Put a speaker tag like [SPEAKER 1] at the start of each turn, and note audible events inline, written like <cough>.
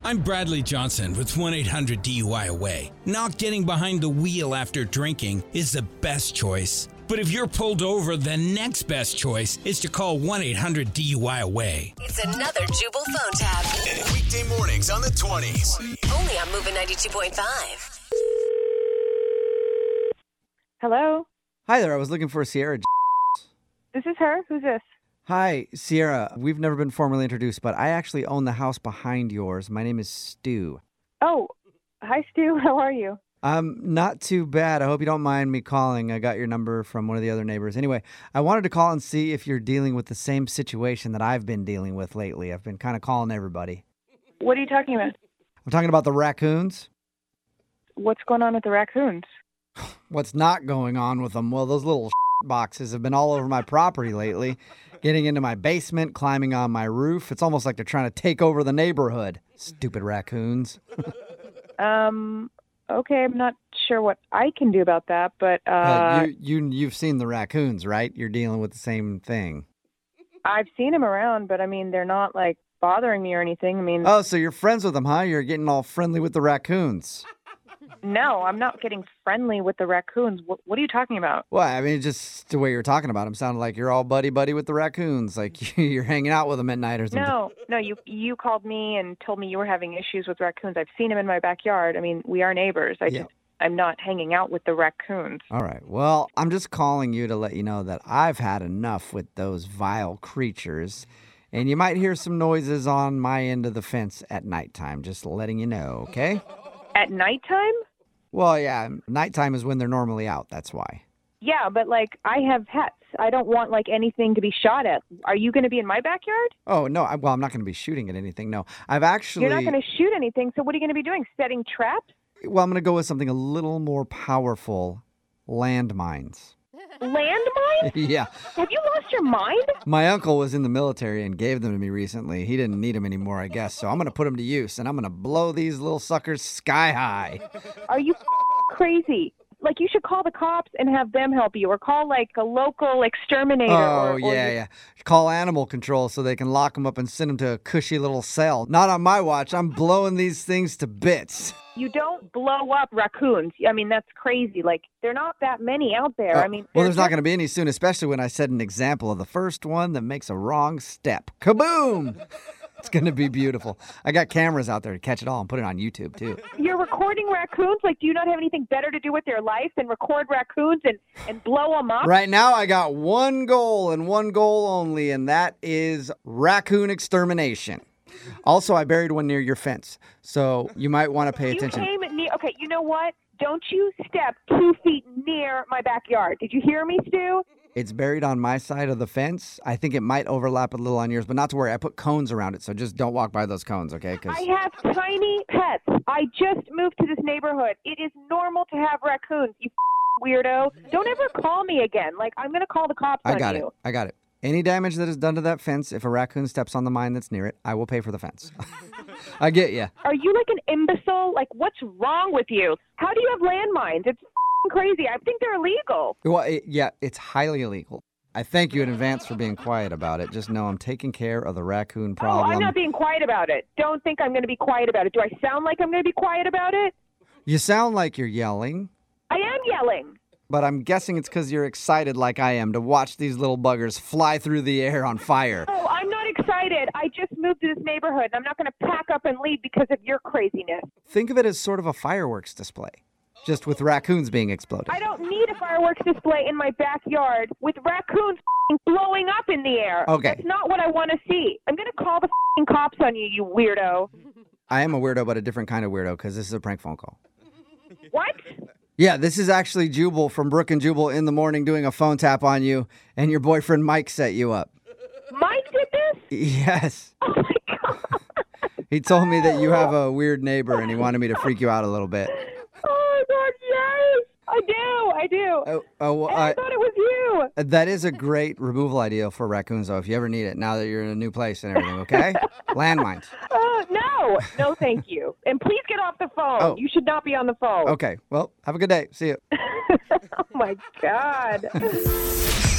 [SPEAKER 1] I'm Bradley Johnson with 1 800 DUI Away. Not getting behind the wheel after drinking is the best choice. But if you're pulled over, the next best choice is to call 1 800 DUI Away.
[SPEAKER 2] It's another Jubal phone tab.
[SPEAKER 3] Weekday mornings on the 20s.
[SPEAKER 2] Only on Moving 92.5.
[SPEAKER 4] Hello,
[SPEAKER 5] Hi there. I was looking for Sierra.
[SPEAKER 4] this is her. Who's this?
[SPEAKER 5] Hi, Sierra. We've never been formally introduced, but I actually own the house behind yours. My name is Stu.
[SPEAKER 4] Oh, hi, Stu. <laughs> How are you?
[SPEAKER 5] Um, not too bad. I hope you don't mind me calling. I got your number from one of the other neighbors. Anyway, I wanted to call and see if you're dealing with the same situation that I've been dealing with lately. I've been kind of calling everybody.
[SPEAKER 4] What are you talking about?
[SPEAKER 5] I'm talking about the raccoons.
[SPEAKER 4] What's going on with the raccoons?
[SPEAKER 5] What's not going on with them? Well, those little <laughs> boxes have been all over my property lately, getting into my basement, climbing on my roof. It's almost like they're trying to take over the neighborhood. Stupid raccoons.
[SPEAKER 4] Um, okay, I'm not sure what I can do about that, but uh,
[SPEAKER 5] Uh, you you you've seen the raccoons, right? You're dealing with the same thing.
[SPEAKER 4] I've seen them around, but I mean, they're not like bothering me or anything. I mean,
[SPEAKER 5] Oh, so you're friends with them, huh? You're getting all friendly with the raccoons.
[SPEAKER 4] no, I'm not getting friendly with the raccoons. What, what are you talking about?
[SPEAKER 5] Well, I mean, just the way you're talking about them sounded like you're all buddy buddy with the raccoons, like <laughs> you're hanging out with them at night or something.
[SPEAKER 4] <laughs> No, no, you you called me and told me you were having issues with raccoons. I've seen them in my backyard. I mean, we are neighbors. I
[SPEAKER 5] Yeah.
[SPEAKER 4] just I'm not hanging out with the raccoons.
[SPEAKER 5] All right. Well, I'm just calling you to let you know that I've had enough with those vile creatures. And you might hear some noises on my end of the fence at nighttime, just letting you know, okay?
[SPEAKER 4] At nighttime?
[SPEAKER 5] Well, yeah, nighttime is when they're normally out. That's why.
[SPEAKER 4] Yeah, but like I have pets. I don't want like anything to be shot at. Are you going to be in my backyard?
[SPEAKER 5] Oh no! I, well, I'm not going to be shooting at anything. No, I've actually.
[SPEAKER 4] You're not going to shoot anything. So what are you going to be doing? Setting traps?
[SPEAKER 5] Well, I'm going to go with something a little more powerful: landmines. <laughs>
[SPEAKER 4] Landmines?
[SPEAKER 5] yeah,
[SPEAKER 4] Have you lost your mind?
[SPEAKER 5] my uncle was in the military and gave them to me recently. He didn't need them anymore, I guess. So I'm going to put them to use, and I'm going to blow these little suckers
[SPEAKER 4] <laughs>
[SPEAKER 5] sky high.
[SPEAKER 4] Are you crazy? Like you should call the cops and have them help you, or call like a local exterminator.
[SPEAKER 5] Oh
[SPEAKER 4] or, or
[SPEAKER 5] yeah, yeah. Call animal control so they can lock them up and send them to a cushy little cell. Not on my watch. I'm blowing these things to bits.
[SPEAKER 4] You don't blow up raccoons. I mean, that's crazy. Like there're not that many out there. I mean,
[SPEAKER 5] Oh, well, there's not going to be any soon, especially when I set an example of the first one that makes a wrong step. Kaboom! it's going to be beautiful. I got cameras out there to catch it all and put it on YouTube too.
[SPEAKER 4] You're recording raccoons. Like, do you not have anything better to do with your life than record raccoons and and blow them up?
[SPEAKER 5] Right now, I got one goal and one goal only, and that is raccoon extermination. Also, I buried one near your fence, so you might want to pay
[SPEAKER 4] You
[SPEAKER 5] attention.
[SPEAKER 4] came at me. Okay, you know what? Don't you step two feet near my backyard. Did you hear me, Stu?
[SPEAKER 5] It's buried on my side of the fence. I think it might overlap a little on yours, but not to worry. I put cones around it, so just don't walk by those cones, okay? 'Cause-
[SPEAKER 4] I have tiny pets. I just moved to this neighborhood. It is normal to have raccoons. You weirdo. Don't ever call me again. Like I'm gonna call the cops
[SPEAKER 5] I
[SPEAKER 4] on
[SPEAKER 5] got
[SPEAKER 4] you.
[SPEAKER 5] it. I got it. Any damage that is done to that fence, if a raccoon steps on the mine that's near it, I will pay for the fence. <laughs> I get you.
[SPEAKER 4] Are you like an imbecile? Like what's wrong with you? How do you have landmines? It's crazy. I think they're illegal.
[SPEAKER 5] Well, it, yeah, it's highly illegal. I thank you in advance for being quiet about it. Just know I'm taking care of the raccoon
[SPEAKER 4] Oh,
[SPEAKER 5] problem.
[SPEAKER 4] I'm not being quiet about it. Don't think I'm going to be quiet about it. Do I sound like I'm going to be quiet about it?
[SPEAKER 5] you sound like you're yelling,
[SPEAKER 4] I am yelling.
[SPEAKER 5] but I'm guessing it's because you're excited like I am to watch these little buggers fly through the air on fire.
[SPEAKER 4] Oh, I'm not excited. I just moved to this neighborhood, and I'm not going to pack up and leave because of your craziness.
[SPEAKER 5] Think of it as sort of a fireworks display, just with raccoons being exploded.
[SPEAKER 4] I don't need a fireworks display in my backyard with raccoons f***ing blowing up in the air.
[SPEAKER 5] Okay.
[SPEAKER 4] That's not what I want to see. I'm going to call the f***ing cops on you, you weirdo.
[SPEAKER 5] I am a weirdo, but a different kind of weirdo because this is a prank phone call.
[SPEAKER 4] What?
[SPEAKER 5] Yeah, this is actually Jubal from Brook and Jubal in the morning doing a phone tap on you, and your boyfriend Mike set you up.
[SPEAKER 4] Mike did this?
[SPEAKER 5] Yes.
[SPEAKER 4] Oh, my God.
[SPEAKER 5] He told me that you have a weird neighbor and he wanted me to freak you out a little bit.
[SPEAKER 4] Oh, my God, yes. I do. I do.
[SPEAKER 5] Oh, oh well,
[SPEAKER 4] and I
[SPEAKER 5] uh,
[SPEAKER 4] thought it was you.
[SPEAKER 5] that is a great removal idea for raccoons, though, if you ever need it now that you're in a new place and everything,
[SPEAKER 4] <laughs>
[SPEAKER 5] okay? Landmines.
[SPEAKER 4] Uh, no, no, thank you. And please get off the phone.
[SPEAKER 5] Oh.
[SPEAKER 4] You should not be on the phone.
[SPEAKER 5] Okay, well, have a good day. See you.
[SPEAKER 4] Oh my God.